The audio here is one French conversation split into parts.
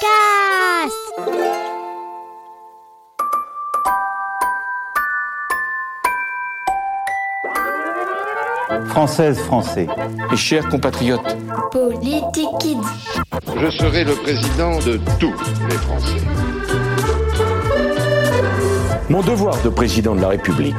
Cast Française, Français, Mes chers compatriotes, Politikids Je serai le président de tous les Français. Mon devoir de président de la République,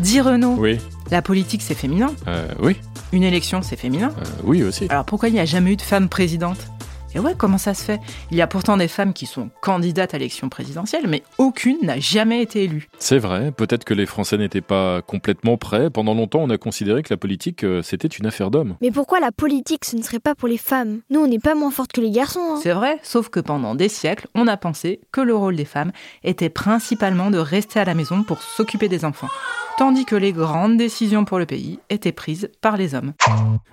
Dis Renaud, Oui, la politique c'est féminin, euh, oui, une élection c'est féminin. euh, oui aussi. Alors pourquoi il n'y a jamais eu de femme présidente Et ouais, comment ça se fait Il y a pourtant des femmes qui sont candidates à l'élection présidentielle, mais aucune n'a jamais été élue. C'est vrai, peut-être que les Français n'étaient pas complètement prêts. Pendant longtemps, on a considéré que la politique, euh, c'était une affaire d'hommes. Mais pourquoi la politique, ce ne serait pas pour les femmes Nous, on n'est pas moins fortes que les garçons. hein. C'est vrai, sauf que pendant des siècles, on a pensé que le rôle des femmes était principalement de rester à la maison pour s'occuper des enfants, tandis que les grandes décisions pour le pays étaient prises par les hommes.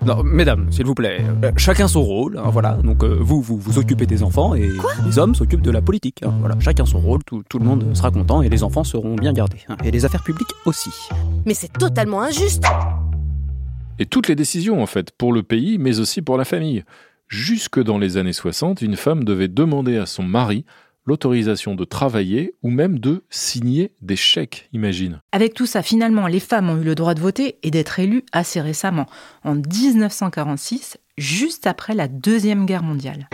Non, mesdames, s'il vous plaît, euh, chacun son rôle, hein, voilà. Donc euh, vous, vous vous occupez des enfants et les hommes s'occupent de la politique. hein, voilà, chacun son rôle, tout, tout le monde sera content et les enfants seront bien gardés. hein, et les affaires publiques aussi. Mais c'est totalement injuste Et toutes les décisions, en fait, pour le pays, mais aussi pour la famille. Jusque dans les années 60, une femme devait demander à son mari l'autorisation de travailler ou même de signer des chèques, imagine. Avec tout ça, finalement, les femmes ont eu le droit de voter et d'être élues assez récemment, en 1946, juste après la Deuxième Guerre mondiale.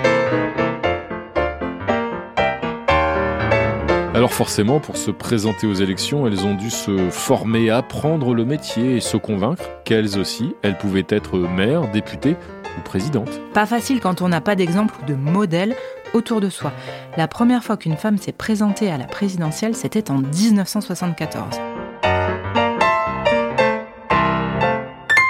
Alors forcément, pour se présenter aux élections, elles ont dû se former, apprendre le métier et se convaincre qu'elles aussi, elles pouvaient être mères, députées ou présidentes. Pas facile quand on n'a pas d'exemple ou de modèle autour de soi. La première fois qu'une femme s'est présentée à la présidentielle, c'était en 1974.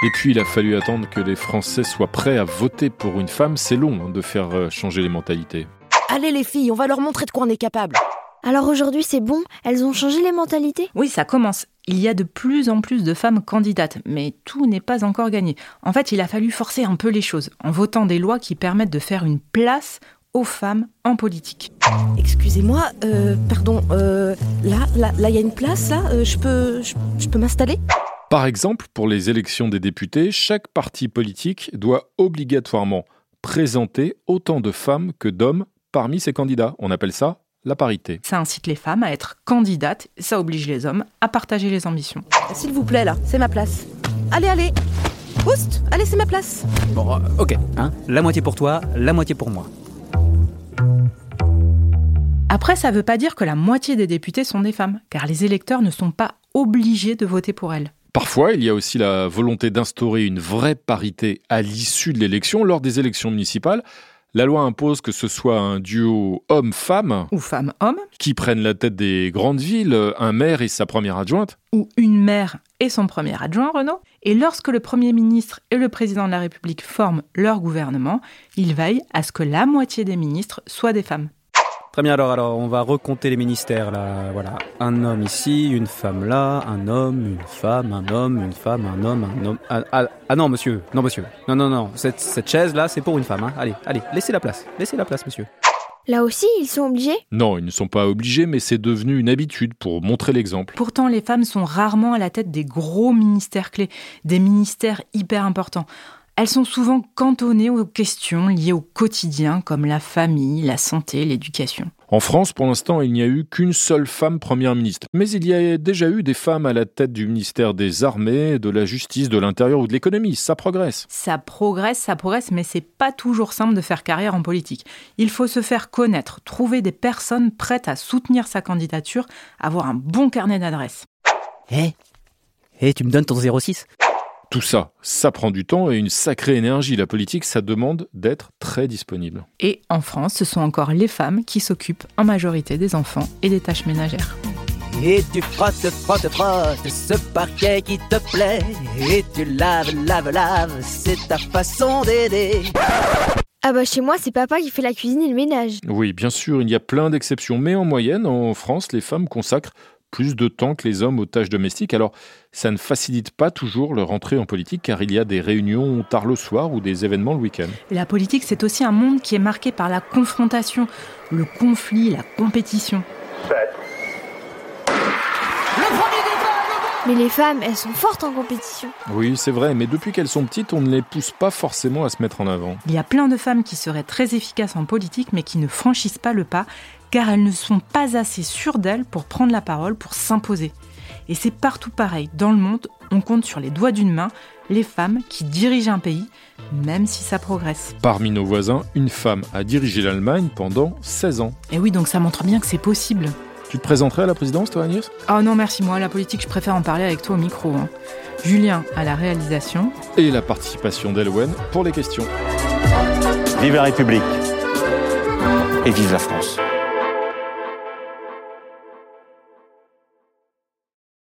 Et puis il a fallu attendre que les Français soient prêts à voter pour une femme. C'est long hein, de faire euh, changer les mentalités. Allez les filles, on va leur montrer de quoi on est capable Alors aujourd'hui, c'est bon, elles ont changé les mentalités Oui, ça commence. Il y a de plus en plus de femmes candidates, mais tout n'est pas encore gagné. En fait, il a fallu forcer un peu les choses, en votant des lois qui permettent de faire une place aux femmes en politique. Excusez-moi, euh, pardon, euh, là, là, là, il y a une place, là, euh, je peux, je, je peux m'installer Par exemple, pour les élections des députés, chaque parti politique doit obligatoirement présenter autant de femmes que d'hommes parmi ses candidats. On appelle ça la parité. Ça incite les femmes à être candidates, ça oblige les hommes à partager les ambitions. S'il vous plaît, là, c'est ma place. Allez, allez Oust Allez, c'est ma place Bon, euh, ok, hein, la moitié pour toi, la moitié pour moi. Après, ça ne veut pas dire que la moitié des députés sont des femmes, car les électeurs ne sont pas obligés de voter pour elles. Parfois, il y a aussi la volonté d'instaurer une vraie parité à l'issue de l'élection. Lors des élections municipales, la loi impose que ce soit un duo homme-femme Ou femmes-hommes, qui prennent la tête des grandes villes, un maire et sa première adjointe. ou une mère et son premier adjoint, Renaud. Et lorsque le Premier ministre et le Président de la République forment leur gouvernement, ils veillent à ce que la moitié des ministres soient des femmes. Très bien, alors, alors, on va recompter les ministères, là, voilà. Un homme ici, une femme là, un homme, une femme, un homme, une femme, un homme, un homme... Ah, ah, ah non, monsieur, non, monsieur. Non, non, non, cette, cette chaise, là, c'est pour une femme, hein. Allez, allez, laissez la place, laissez la place, monsieur. Là aussi, ils sont obligés Non, ils ne sont pas obligés, mais c'est devenu une habitude pour montrer l'exemple. Pourtant, les femmes sont rarement à la tête des gros ministères clés, des ministères hyper importants. Elles sont souvent cantonnées aux questions liées au quotidien, comme la famille, la santé, l'éducation. En France, pour l'instant, il n'y a eu qu'une seule femme première ministre. Mais il y a déjà eu des femmes à la tête du ministère des Armées, de la Justice, de l'Intérieur ou de l'Économie. Ça progresse. Ça progresse, ça progresse, mais c'est pas toujours simple de faire carrière en politique. Il faut se faire connaître, trouver des personnes prêtes à soutenir sa candidature, avoir un bon carnet d'adresses. Hé Hé, Eh, tu me donnes ton 06 Tout ça, ça prend du temps et une sacrée énergie. La politique, ça demande d'être très disponible. Et en France, ce sont encore les femmes qui s'occupent en majorité des enfants et des tâches ménagères. Et tu frottes, frottes, frottes ce parquet qui te plaît. Et tu laves, laves, laves, c'est ta façon d'aider. Ah bah chez moi, c'est papa qui fait la cuisine et le ménage. Oui, bien sûr, il y a plein d'exceptions, mais en moyenne, en France, les femmes consacrent plus de temps que les hommes aux tâches domestiques. Alors, ça ne facilite pas toujours leur entrée en politique, car il y a des réunions tard le soir ou des événements le week-end. La politique, c'est aussi un monde qui est marqué par la confrontation, le conflit, la compétition. Le premier débat, le bon Mais les femmes, elles sont fortes en compétition. Oui, c'est vrai, mais depuis qu'elles sont petites, on ne les pousse pas forcément à se mettre en avant. Il y a plein de femmes qui seraient très efficaces en politique mais qui ne franchissent pas le pas car elles ne sont pas assez sûres d'elles pour prendre la parole, pour s'imposer. Et c'est partout pareil, dans le monde, on compte sur les doigts d'une main les femmes qui dirigent un pays, même si ça progresse. Parmi nos voisins, une femme a dirigé l'Allemagne pendant 16 ans. Et oui, donc ça montre bien que c'est possible. Tu te présenterais à la présidence, toi, Agnès Oh non, merci, moi, la politique, je préfère en parler avec toi au micro. hein. Julien à la réalisation. Et la participation d'Elwen pour les questions. Vive la République et vive la France.